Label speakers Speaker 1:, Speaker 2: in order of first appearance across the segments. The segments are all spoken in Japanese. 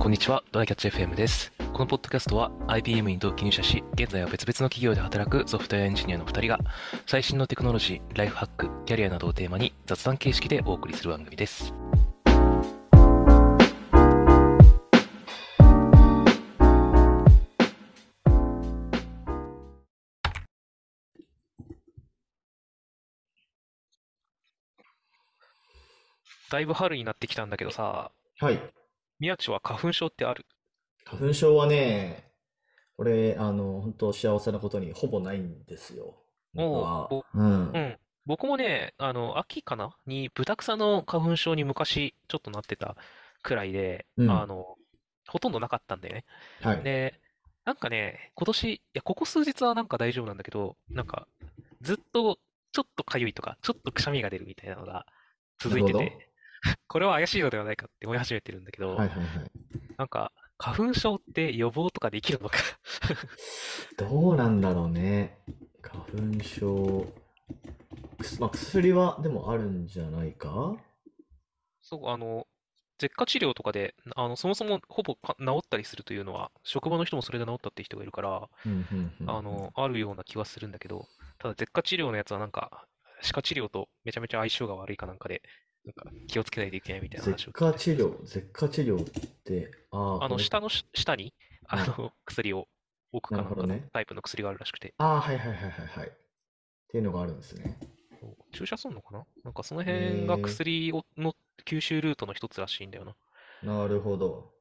Speaker 1: こんにちは、ドライキャッチ FM です。このポッドキャストは IBM に同期入社し、現在は別々の企業で働くソフトウェアエンジニアの2人が、最新のテクノロジー、ライフハック、キャリアなどをテーマに雑談形式でお送りする番組です。だいぶ春になってきたんだけどさ、
Speaker 2: はい。
Speaker 1: 宮地は花粉症ってある
Speaker 2: 花粉症はね、これ、あの、本当幸せなことにほぼないんですよ。僕は。
Speaker 1: お
Speaker 2: うん
Speaker 1: う。ん。僕もね、あの、秋かなに、ブタクサの花粉症に昔、ちょっとなってたくらいで、
Speaker 2: うん
Speaker 1: あの、ほとんどなかったんだよね。
Speaker 2: はい。
Speaker 1: で、なんかね、今年、いや、ここ数日はなんか大丈夫なんだけど、なんか、ずっと、ちょっとかゆいとか、ちょっとくしゃみが出るみたいなのが続いて
Speaker 2: なる
Speaker 1: て、これは怪しいのではないかって思い始めてるんだけど、
Speaker 2: ほど。はいはいはい。
Speaker 1: なんか、花粉症って予防とかできるのか
Speaker 2: どうなんだろうね。花粉症。くすまあ、薬はでもあるんじゃないか
Speaker 1: そう、あの、舌下治療とかで、あの、そもそもほぼか治ったりするというのは、職場の人もそれで治ったって人がいるから、
Speaker 2: うんうんうん。
Speaker 1: あの、あるような気はするんだけど、ただ舌下治療のやつはなんか、歯科治療とめちゃめちゃ相性が悪いかなんかで、なんか気をつけないといけないみたいな
Speaker 2: 舌
Speaker 1: 話を聞い
Speaker 2: 下
Speaker 1: て
Speaker 2: 治療、舌下治療って、ああ、
Speaker 1: あの、
Speaker 2: これ
Speaker 1: 下のし下に、あの、薬を置くか
Speaker 2: なるほど
Speaker 1: なんかの
Speaker 2: ね
Speaker 1: タイプの薬があるらしくて、
Speaker 2: ああ、はいはいはいはいはい。っていうのがあるんですね。
Speaker 1: そう注射すんのかななんかその
Speaker 2: へー
Speaker 1: 辺が薬をの吸収ルートの一つらしいんだよな。
Speaker 2: なるほど。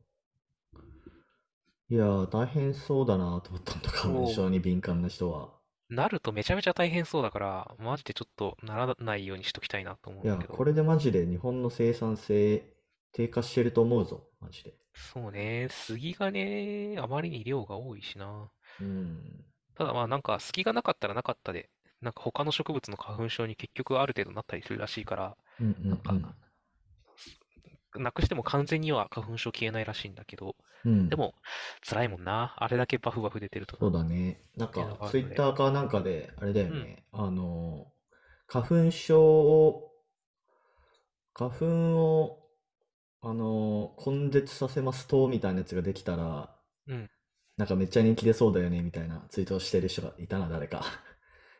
Speaker 2: いやー、大変そうだなと思ったんだ、花粉症に敏感な人は。
Speaker 1: なるとめちゃめちゃ大変そうだから、マジでちょっとならないようにしときたいなと思うん
Speaker 2: い
Speaker 1: だ
Speaker 2: や、
Speaker 1: けど。
Speaker 2: これでマジで日本の生産性低下してると思うぞ、マジで。
Speaker 1: そうね、杉がね、あまりに量が多いしな。
Speaker 2: うん。
Speaker 1: ただまあなんか杉がなかったらなかったで、なんか他の植物の花粉症に結局ある程度なったりするらしいから、
Speaker 2: うんう
Speaker 1: なんか
Speaker 2: ん
Speaker 1: なくしても完全には花粉症消えないらしいんだけど、
Speaker 2: うん。うん
Speaker 1: でも辛いもんな。あれだけバフバフ出てると
Speaker 2: そう
Speaker 1: な。
Speaker 2: だね。なん
Speaker 1: っていうのがあ
Speaker 2: か、
Speaker 1: る
Speaker 2: ツイ
Speaker 1: ので
Speaker 2: ッターかなんかで、あれだよね。あのー、花粉症を、花粉を、あのー、根絶させますと、みたいなやつができたら、
Speaker 1: うん
Speaker 2: なんかめっちゃ人気出そうだよね、みたいなツイートをしてる人がいたな、誰か。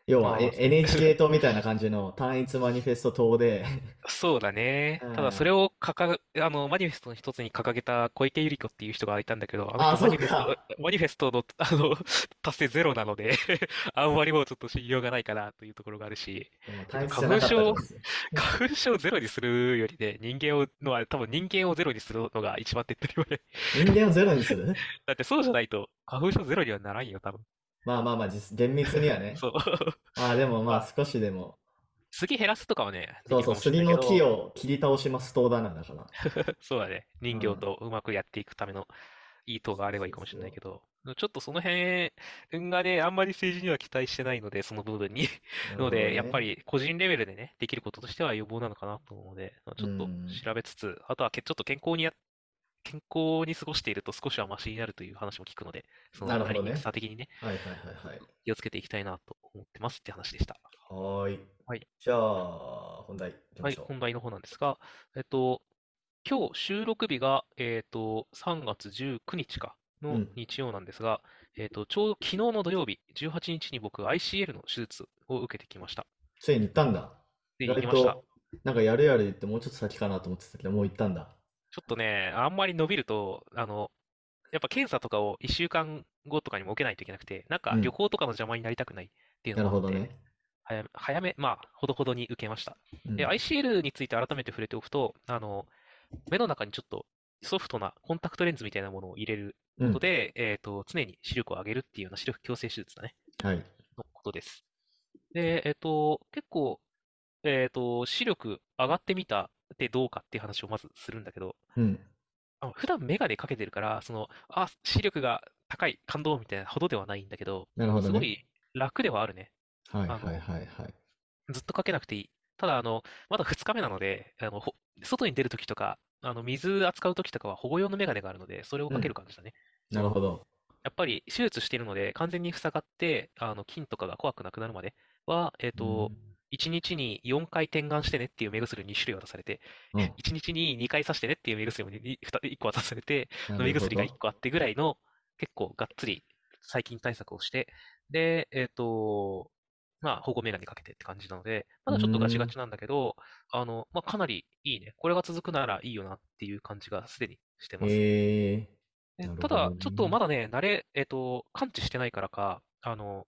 Speaker 2: 要は、
Speaker 1: あー
Speaker 2: え
Speaker 1: そう
Speaker 2: NHK 党みたいな感じの単一マニフェスト 党で、
Speaker 1: そうだね。ただそれを掲げ、あの、マニフェストの一つに掲げた小池百合子っていう人がいたんだけど、あの
Speaker 2: あ
Speaker 1: 人
Speaker 2: そ
Speaker 1: マ
Speaker 2: う
Speaker 1: ニフェスト、マニフェスト の、あの、達成ゼロなのであんまりもうちょっと信用がないかなというところがあるし、
Speaker 2: でも単一じゃなかったらですよ
Speaker 1: 花粉症をゼロにするよりね、人間を、のは多分人間をゼロにするのが一番手っ取り早い。
Speaker 2: 人間をゼロにする
Speaker 1: だってそうじゃないと、花粉症ゼロにはならんよ、多分。
Speaker 2: まあまあまあ、実厳密にはね。
Speaker 1: そう。
Speaker 2: まあでもまあ少しでも、
Speaker 1: 杉減らすとかはね、で
Speaker 2: そ
Speaker 1: きる
Speaker 2: うそう、
Speaker 1: かもしれ
Speaker 2: 杉
Speaker 1: ない
Speaker 2: の
Speaker 1: け
Speaker 2: 木
Speaker 1: ど、
Speaker 2: を切り倒しますとだな、だから。
Speaker 1: そうだね、人形
Speaker 2: うん
Speaker 1: とうまくやっていくためのいい党があればいいかもしれないけど、ちょっとその辺がね、あんまり政治には期待してないので、その部分に。 の
Speaker 2: なるほど
Speaker 1: で、やっぱ
Speaker 2: ね。
Speaker 1: り個人レベルでね、できることとしては予防なのかなと思うので、ちょっと
Speaker 2: うん
Speaker 1: 調べつつ、あとはけちょっと健康にや、健康に過ごしていると少しはマシになるという話も聞くので、その
Speaker 2: なるほ
Speaker 1: 辺
Speaker 2: ど
Speaker 1: り
Speaker 2: ね
Speaker 1: に差的にね、
Speaker 2: はいはいはい
Speaker 1: 気をつけていきたいなと思ってますって話でした。
Speaker 2: はい。はーい。
Speaker 1: はい
Speaker 2: じゃあ、本題行きま
Speaker 1: はい、
Speaker 2: しょう。
Speaker 1: 本題の方なんですが、えっと、今日収録日が、えっと、3月19日か
Speaker 2: う
Speaker 1: の
Speaker 2: ん
Speaker 1: 日曜なんですが、えっと、ちょうど昨日の土曜日、18日に僕、ICL の手術を受けてきました。
Speaker 2: ついに行ったんだ。
Speaker 1: で、
Speaker 2: 意
Speaker 1: 行
Speaker 2: 外
Speaker 1: きました。
Speaker 2: と、なんかやるやる言ってもうちょっと先かなと思ってたけど、もう行ったんだ。
Speaker 1: ちょっとね、あんまり伸びると、あの、やっぱ検査とかを1週間後とかにも受けないといけなくて、なんか
Speaker 2: うん
Speaker 1: 旅行とかの邪魔になりたくないっていう
Speaker 2: な
Speaker 1: の
Speaker 2: る
Speaker 1: もあ
Speaker 2: ほ
Speaker 1: っ
Speaker 2: ど
Speaker 1: て、
Speaker 2: ね。
Speaker 1: 早め、早め、まあ、ほどほどに受けました。
Speaker 2: うん
Speaker 1: で、ICL について改めて触れておくと、あの、目の中にちょっとソフトなコンタクトレンズみたいなものを入れる
Speaker 2: う
Speaker 1: こ
Speaker 2: ん
Speaker 1: とで、えっと、常に視力を上げるっていうような視力矯正手術だね、
Speaker 2: はい。
Speaker 1: のことです。で、えっと、結構、えっと、視力上がってみたってどうかっていう話をまずするんだけど、
Speaker 2: うん。
Speaker 1: あ普段メガネかけてるから、その、あ、視力が高い、感動みたいなほどではないんだけど、
Speaker 2: なるほど
Speaker 1: すご
Speaker 2: ね。
Speaker 1: い楽ではあるね。
Speaker 2: はい
Speaker 1: あの
Speaker 2: はいはいはい。
Speaker 1: ずっとかけなくていい。ただ、あの、まだ2日目なので、あの、ほ外に出るときとか、あの、水扱うときとかは保護用のメガネがあるので、それをかける感じだね。
Speaker 2: なるほど。
Speaker 1: やっぱり手術してるので、完全に塞がって、あの、菌とかが怖くなくなるまでは、えっと、
Speaker 2: うん
Speaker 1: 1日に4回点眼してねっていう目薬2種類渡されて、
Speaker 2: うん、
Speaker 1: 1日に2回刺してねっていう目薬も1個渡されて、
Speaker 2: な
Speaker 1: 飲み
Speaker 2: るほ
Speaker 1: 薬が
Speaker 2: ど
Speaker 1: 1。個あってぐらいの、結構がっつり細菌対策をして、で、えっ、と、まあ、保護メガネかけてって感じなので、まだちょっとガチガチなんだけど、あの、まあ、かなりいいね。これが続くならいいよなっていう感じがすでにしてます。
Speaker 2: へえ
Speaker 1: で
Speaker 2: なる
Speaker 1: た
Speaker 2: ほ
Speaker 1: だ
Speaker 2: ど、
Speaker 1: ちょっとまだね、慣れ、えっ、と、感知してないからか、あの、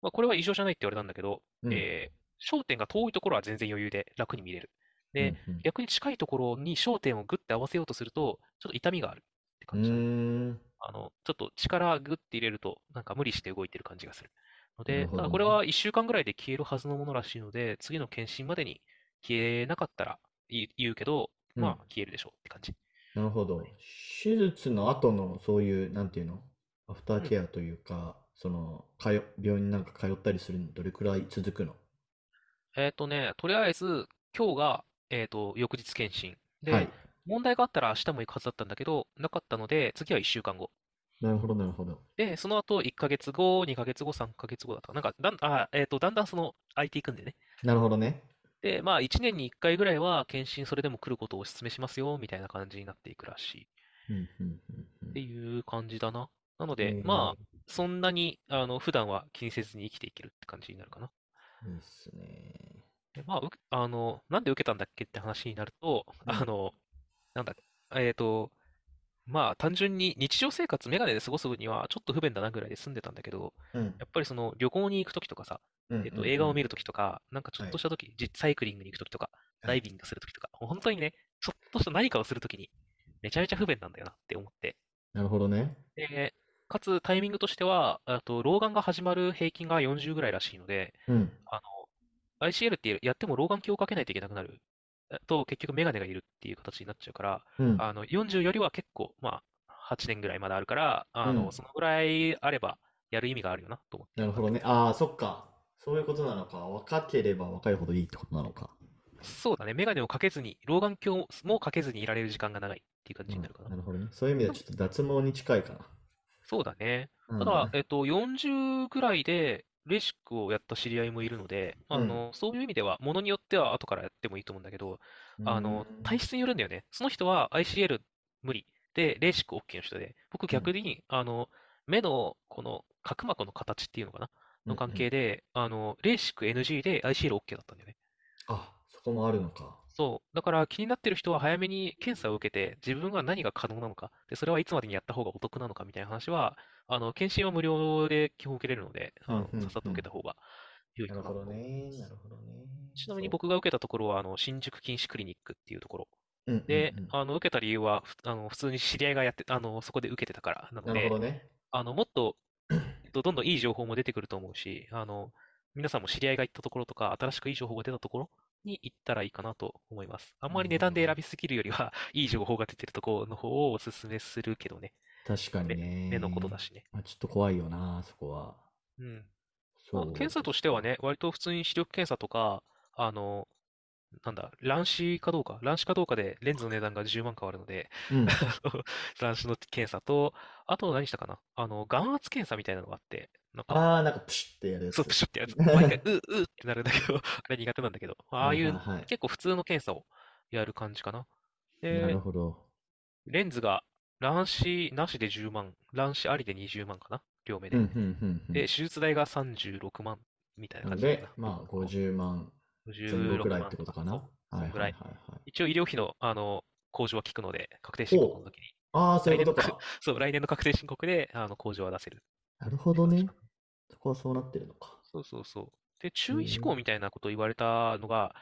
Speaker 1: まあ、これは異常じゃないって言われたんだけど、
Speaker 2: うん
Speaker 1: えー焦点が遠いところは全然余裕で楽に見れる。で、
Speaker 2: うんうん
Speaker 1: 逆に近いところに焦点をグッて合わせようとすると、ちょっと痛みがあるって
Speaker 2: う
Speaker 1: 感じだね。
Speaker 2: ーん。
Speaker 1: あの、ちょっと力グッて入れると、なんか無理して動いてる感じがする。の
Speaker 2: な
Speaker 1: で、
Speaker 2: るほ
Speaker 1: ただ
Speaker 2: ど
Speaker 1: これ
Speaker 2: ね
Speaker 1: は1週間ぐらいで消えるはずのものらしいので、次の検診までに消えなかったらい言うけど、
Speaker 2: うん
Speaker 1: まあ消えるでしょうって感じ。
Speaker 2: なるほど。手術の後のそういう、なんていうのアフターケアというか、その、通、病院なんか通ったりするのどれくらい続くの
Speaker 1: えっとね、とりあえず、今日が、えっと、翌日検診。で、
Speaker 2: はい。
Speaker 1: 問題があったら明日も行くはずだったんだけど、なかったので、次は1週間後。
Speaker 2: なるほど、なるほど。
Speaker 1: で、その後1ヶ月後、2ヶ月後、3ヶ月後だったかな。なんか、だん、あ、えっと、だんだんその、空いていくんでね。
Speaker 2: なるほどね。
Speaker 1: で、まあ、1年に1回ぐらいは、検診それでも来ることをお勧めしますよ、みたいな感じになっていくらしい。
Speaker 2: うん、うん、うん、う
Speaker 1: って
Speaker 2: ん。
Speaker 1: いう感じだな。なので、
Speaker 2: えー
Speaker 1: まあ、そんなに、あの、普段は気にせずに生きていけるって感じになるかな。
Speaker 2: いいっすね。
Speaker 1: でまあ、うけあの、なんで受けたんだっけって話になると、
Speaker 2: うん
Speaker 1: あの、なんだ、えっと、まあ、単純に日常生活、メガネで過ごす分にはちょっと不便だなぐらいで済んでたんだけど、
Speaker 2: うん、
Speaker 1: やっぱりその旅行に行くときとかさ、
Speaker 2: うん、
Speaker 1: えっ
Speaker 2: う
Speaker 1: と、
Speaker 2: ん、
Speaker 1: 映画
Speaker 2: う
Speaker 1: を
Speaker 2: ん
Speaker 1: 見るときとか、なんかちょっとしたとき、じサイクリングに行くときとか、
Speaker 2: はい
Speaker 1: ダイビングするときとか、もう本当にね、ちょっとした何かをするときに、めちゃめちゃ不便なんだよなって思って。
Speaker 2: なるほどね。
Speaker 1: で、かつタイミングとしては、あと老眼が始まる平均が40ぐらいらしいので、
Speaker 2: うん。
Speaker 1: あの、ICL ってやっても老眼鏡をかけないといけなくなる。えっと、結局メガネがいるっていう形になっちゃうから、
Speaker 2: うん。
Speaker 1: あの、40よりは結構、まあ、8年ぐらいまだあるから、あ
Speaker 2: うん
Speaker 1: の、そのぐらいあれば、やる意味があるよなと思って。
Speaker 2: なるほどね。ああ、そっか。そういうことなのか。若ければ若いほどいいってことなのか。
Speaker 1: そうだね、メガネをかけずに、老眼鏡もかけずにいられる時間が長いっていう感じになるか
Speaker 2: うん
Speaker 1: な。
Speaker 2: なるほどね。そういう意味ではちょっと脱毛に近いか
Speaker 1: そうだね。
Speaker 2: な。
Speaker 1: ただ、えっと、40ぐらいでレシックをやった知り合いもいるので、あ
Speaker 2: うん
Speaker 1: の、そういう意味では、ものによっては後からやってもいいと思うんだけど、
Speaker 2: うん、
Speaker 1: あの、
Speaker 2: うん
Speaker 1: 体質によるんだよね。その人は ICL 無理で、レーシック OK の人で、僕逆に、あの、目のこの角膜の形っていうのかなの関係で、あの、レーシック NG で ICL OK だったんだよね。
Speaker 2: あ、そこもあるのか。
Speaker 1: そう。だから気になってる人は早めに検査を受けて、自分が何が可能なのか、で、それはいつまでにやった方がお得なのかみたいな話は、あの、検診は無料で基本受けれるので、あの
Speaker 2: うんうん
Speaker 1: さっさと受けた方が良い
Speaker 2: な
Speaker 1: か
Speaker 2: る
Speaker 1: な
Speaker 2: ほ
Speaker 1: と
Speaker 2: ど
Speaker 1: 思い
Speaker 2: ね。
Speaker 1: ます
Speaker 2: なるほどね。
Speaker 1: ちなみに
Speaker 2: そう
Speaker 1: 僕が受けたところは、あの、新宿禁止クリニックっていうところ。
Speaker 2: うんうん
Speaker 1: で
Speaker 2: う、ん
Speaker 1: あの、受けた理由は、ふあの、普通に知り合いがやって、あの、そこで受けてたからなの
Speaker 2: なる
Speaker 1: で、
Speaker 2: ほどね。
Speaker 1: あの、もっ と、えっとどんどんいい情報も出てくると思うし、あの、皆さんも知り合いが行ったところとか、新しくいい情報が出たところに行ったらいいかなと思います。あんまり値段で選びすぎるよりは、いい情報が出てるところの方をおすすめするけどね。
Speaker 2: 確かにね。
Speaker 1: 目のことだしね。
Speaker 2: まあ、ちょっと怖いよな、そこは。
Speaker 1: うん。
Speaker 2: そ
Speaker 1: まあ
Speaker 2: う。
Speaker 1: 検査としてはね、割と普通に視力検査とか、あの、なんだ、乱視かどうか、乱視かどうかでレンズの値段が10万変わるの で、
Speaker 2: うん。
Speaker 1: 乱視の検査と、あと何したかなあの、眼圧検査みたいなのがあって、なんか、
Speaker 2: ああ、なんかプシュってやるや つ。
Speaker 1: そう、プシュってやつ。毎回、うー、うーってなるんだけど、あ れ苦手なんだけど、ああい
Speaker 2: は
Speaker 1: う、
Speaker 2: はいはい
Speaker 1: 結構普通の検査をやる感じかな。
Speaker 2: な
Speaker 1: で
Speaker 2: る、ほど。
Speaker 1: レンズが乱視なしで10万、乱視ありで20万かな、両目
Speaker 2: う
Speaker 1: で。
Speaker 2: ん、うん、うんうん。
Speaker 1: で、手術代が36万みたいな
Speaker 2: な
Speaker 1: 感
Speaker 2: の
Speaker 1: じだ
Speaker 2: で
Speaker 1: な。、
Speaker 2: まあ、50万前後くらいってことかな。
Speaker 1: そう
Speaker 2: はいはい
Speaker 1: ぐら
Speaker 2: はい
Speaker 1: い
Speaker 2: はい。
Speaker 1: 一応医療費の、あの、控除は効くので、確定申告の時に。
Speaker 2: ああ、そういうこと
Speaker 1: 来
Speaker 2: か。
Speaker 1: そう、来年の確定申告で、あの、控除は出せる。
Speaker 2: なるほどね。そこはそうなってるのか。
Speaker 1: そうそうそう。で、注意事
Speaker 2: う
Speaker 1: 項
Speaker 2: ん
Speaker 1: みたいなことを言われたのが、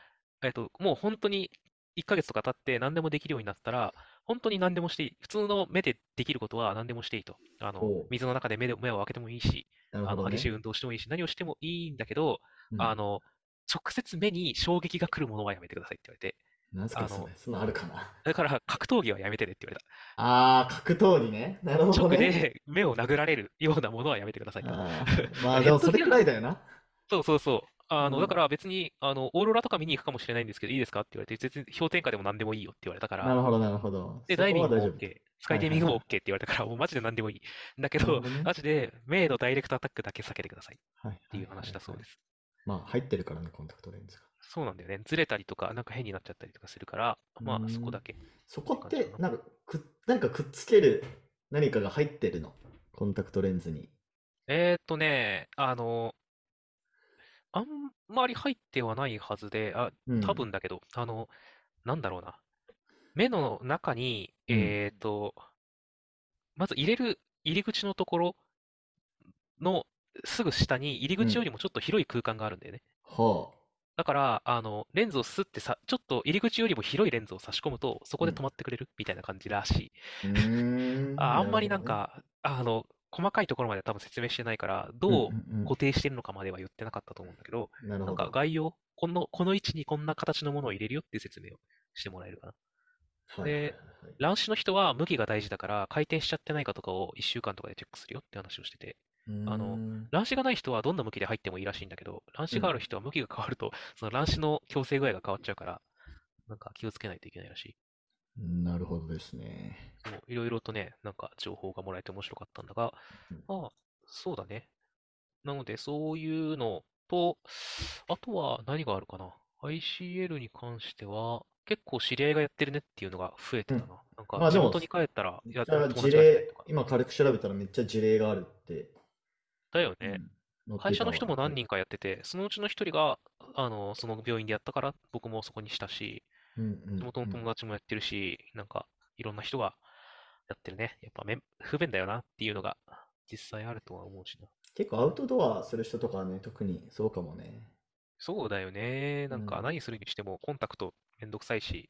Speaker 1: えっと、もう本当に1ヶ月とか経って何でもできるようになったら、本当に何でもしていい。普通の目でできることは何でもしていいと。あの
Speaker 2: おう、
Speaker 1: 水の中で目で、目を開けてもいいし、
Speaker 2: なる
Speaker 1: あ
Speaker 2: ほ
Speaker 1: の、
Speaker 2: どね。
Speaker 1: 激しい運動してもいいし、何をしてもいいんだけど、
Speaker 2: うん
Speaker 1: あの、直接目に衝撃が来るものはやめてくださいって言われて。
Speaker 2: なんすか
Speaker 1: あ
Speaker 2: そ
Speaker 1: の
Speaker 2: れ。そんなのあるかな。
Speaker 1: だから、格闘技はやめてねって言われた。
Speaker 2: ああ、格闘技ね。なるほど
Speaker 1: 直
Speaker 2: ね。
Speaker 1: で目を殴られるようなものはやめてくださいと。
Speaker 2: あ ーまあ、でもそれくらいだよな。
Speaker 1: そうそうそう。あ
Speaker 2: う
Speaker 1: の、
Speaker 2: ん
Speaker 1: だから別に、あの、オーロラとか見に行くかもしれないんですけど、いいですかって言われて、全然氷点下でも何でもいいよって言われたから、
Speaker 2: なるほど、なるほど。
Speaker 1: で、
Speaker 2: そ
Speaker 1: ダイビ
Speaker 2: こ
Speaker 1: ン
Speaker 2: は
Speaker 1: グ
Speaker 2: 大
Speaker 1: も
Speaker 2: 丈
Speaker 1: OK、スカイダイビングも OK って言われたから、もうマジで何でもいい。だけ
Speaker 2: 夫。な
Speaker 1: ど
Speaker 2: るほど、ね
Speaker 1: マジで、メイドダイレクトアタックだけ避けてくださいっ
Speaker 2: はい
Speaker 1: ていう話だそうです。
Speaker 2: まあ入ってるからね、コンタクトレンズが。
Speaker 1: そうなんだよね。ずれたりとか、なんか変になっちゃったりとかするから、ま
Speaker 2: う
Speaker 1: あ
Speaker 2: ん
Speaker 1: そこだけ。
Speaker 2: そこっ
Speaker 1: 感じ
Speaker 2: て
Speaker 1: かな
Speaker 2: なんかく、何かくっつける何かが入ってるの。コンタクトレンズに。
Speaker 1: えーっとね、あの、あんまり入ってはないはずで、あ、
Speaker 2: うん
Speaker 1: 多分だけど、あの、なんだろうな。目の中に、
Speaker 2: うん
Speaker 1: えーっと、まず入れる入り口のところのすぐ下に入り口よりもちょっと広い空間があるんだよね。
Speaker 2: はあ。
Speaker 1: だから、あの、レンズをスッてさ、ちょっと入り口よりも広いレンズを差し込むと、そこで止まってくれるみたいな感じらしい。
Speaker 2: うー ん
Speaker 1: あ、あんまりなん、
Speaker 2: る
Speaker 1: か、あの、細かいところまでは多分説明してないから、ど
Speaker 2: ほ
Speaker 1: う
Speaker 2: どねうんうん
Speaker 1: 固定してるのかまでは言ってなかったと思うんだけど、
Speaker 2: うんなる
Speaker 1: なん
Speaker 2: ほ
Speaker 1: か
Speaker 2: ど。
Speaker 1: 概要、この、この位置にこんな形のものを入れるよっていう説明をしてもらえるかな。
Speaker 2: はいはいはいはい
Speaker 1: 乱視の人は向きが大事だから、回転しちゃってないかとかを1週間とかでチェックするよって話をしてて、あの
Speaker 2: うーん
Speaker 1: 乱視がない人はどんな向きで入ってもいいらしいんだけど、乱視がある人は向きが変わると、その乱視の矯正具合が変わっちゃうから、なんか気をつけないといけないらしい。
Speaker 2: なるほどですね。
Speaker 1: そういろいろとね、なんか情報がもらえて面白かったんだが
Speaker 2: うん、
Speaker 1: まあ、そうだね。なので、そういうのと、あとは何があるかな。ICL に関しては、結構知り合いがやってるねっていうのが増えてたな。なんか、
Speaker 2: まあ
Speaker 1: 地
Speaker 2: でも
Speaker 1: 元に帰ったら、
Speaker 2: じ
Speaker 1: や
Speaker 2: ゃ
Speaker 1: ってる
Speaker 2: あ
Speaker 1: 友
Speaker 2: 事
Speaker 1: 達がやってたり
Speaker 2: 例
Speaker 1: とか、。
Speaker 2: 今軽く調べたらめっちゃ事例があるって。
Speaker 1: だよ
Speaker 2: う
Speaker 1: ね。
Speaker 2: ん載って
Speaker 1: 会社
Speaker 2: た
Speaker 1: の
Speaker 2: わ
Speaker 1: 人も何人かやってて、そのうちの一人が、あの、その病院でやったから、僕もそこにしたし、
Speaker 2: うんうん
Speaker 1: 地元の友達もやってるし、なんか、いろんな人がやってるね。やっぱめん、不便だよなっていうのが、実際あるとは思うしな。
Speaker 2: 結構アウトドアする人とかはね、特にそうかもね。
Speaker 1: そうだよね。なん
Speaker 2: う
Speaker 1: か
Speaker 2: ん
Speaker 1: 何するにしてもコンタクトめんどくさいし、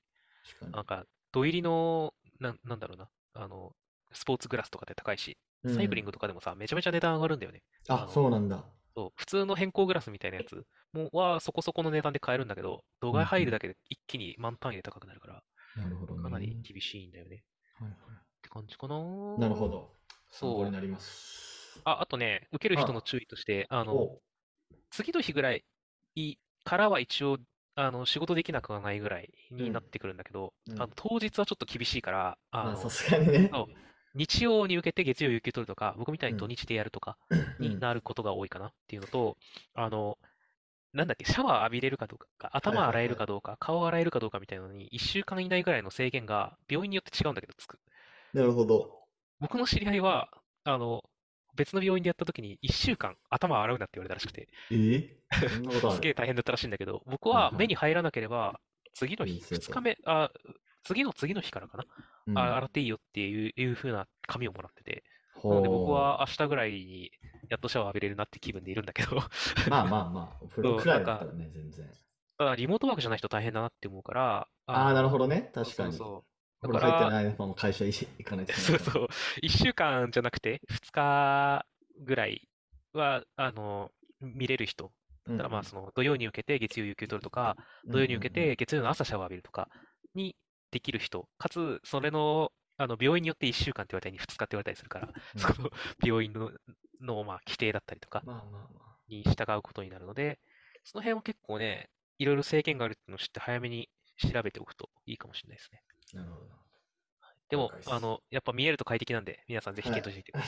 Speaker 2: 確
Speaker 1: なん
Speaker 2: か
Speaker 1: か土入りの、なん、なんだろうな、あの、スポーツグラスとかって高いし、
Speaker 2: に。
Speaker 1: サイクリン
Speaker 2: グ。
Speaker 1: グとかでもさ、めちゃめちゃ値段上がるんだよね。あ
Speaker 2: あ、
Speaker 1: の
Speaker 2: そうなんだ。
Speaker 1: そう、普通の変更グラスみたいなやつもはそこそこの値段で買えるんだけど、度
Speaker 2: うんう
Speaker 1: 外
Speaker 2: ん
Speaker 1: 入るだけで一気に満タン位で高くなるから、
Speaker 2: なるほどね。
Speaker 1: かなり厳しいんだよね。
Speaker 2: はいは
Speaker 1: って感じかな。
Speaker 2: いなるほど。
Speaker 1: そう
Speaker 2: 参考になります。
Speaker 1: あ、あとね、受ける人の
Speaker 2: あ
Speaker 1: 注意として、あの、
Speaker 2: お
Speaker 1: 次の日ぐらいからは一応、あの、仕事できなくはないぐらいになってくるんだけど、
Speaker 2: うん
Speaker 1: あの、当日はちょっと厳しいから、あ
Speaker 2: まあ
Speaker 1: の、
Speaker 2: さすがにね。
Speaker 1: そう日曜に受けて月曜有給取るとか、僕みたいに
Speaker 2: うん
Speaker 1: 土日でやるとか
Speaker 2: うん
Speaker 1: になることが多いかなっていうのと、あの、なんだっけ、シャワー浴びれるかどうか、頭洗えるかどうか、顔洗えるかどうかみたいなのに、1週間以内ぐらいの制限が病院によって違うんだけどつく。
Speaker 2: なるほど。
Speaker 1: 僕の知り合いは、あの、別の病院でやった時に1週間頭洗うなって言われたらしくて、
Speaker 2: えそんなことあ
Speaker 1: すげえ
Speaker 2: る
Speaker 1: 大変だったらしいんだけど、僕
Speaker 2: はい
Speaker 1: は
Speaker 2: はい
Speaker 1: 目に入らなければ、次の
Speaker 2: い
Speaker 1: 日、
Speaker 2: い生徒
Speaker 1: 2日目、あ、次の次の日からかな、
Speaker 2: うん
Speaker 1: あ洗っていいよっていう、いう風な紙をもらってて、な
Speaker 2: ほう
Speaker 1: ので僕は明日ぐらいにやっとシャワー浴びれるなって気分でいるんだけど、
Speaker 2: まあまあまあ、お風呂くらいだったらね、全然。
Speaker 1: ただリモートワークじゃない人大変だなって思うから、
Speaker 2: ああ、なるほどね。
Speaker 1: そう
Speaker 2: 確かに。
Speaker 1: そう
Speaker 2: お
Speaker 1: そう
Speaker 2: 風
Speaker 1: だか
Speaker 2: 呂入って
Speaker 1: ら、
Speaker 2: ないまま会社行かないとい け
Speaker 1: そ
Speaker 2: な
Speaker 1: う
Speaker 2: いから
Speaker 1: そう、1週間じゃなくて2日ぐらいは、あの、見れる人。
Speaker 2: うん
Speaker 1: だからまあその土曜に受けて月曜有給取るとか、土曜に受けて、月曜の朝シャワー浴びるとかにできる人、かつ、それの、あの病院によって1週間って言われたり、2日って言われたりするから、
Speaker 2: うん
Speaker 1: その病院の、のまあ規定だったりとか
Speaker 2: まあまあまあ。
Speaker 1: に従うことになるので、その辺は結構ね、いろいろ制限があるっていうのを知って、早めに調べておくといいかもしれないですね。
Speaker 2: なるほど。
Speaker 1: で
Speaker 2: 了
Speaker 1: も
Speaker 2: 解で、す
Speaker 1: あの、やっぱ見えると快適なんで、皆さんぜひ
Speaker 2: はい
Speaker 1: 検討してみて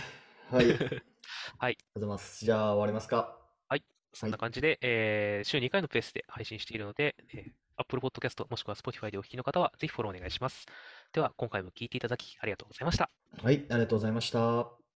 Speaker 1: ください。
Speaker 2: はい。ありがと
Speaker 1: はい、
Speaker 2: うございます。じゃあ終わりますか。
Speaker 1: そんな感じで、えー週2回のペースで配信しているので、えー Apple Podcast もしくは Spotify でお聞きの方は、ぜひフォローお願いします。では、今回も聞いていただきありがとうございました。
Speaker 2: はい、ありがとうございました。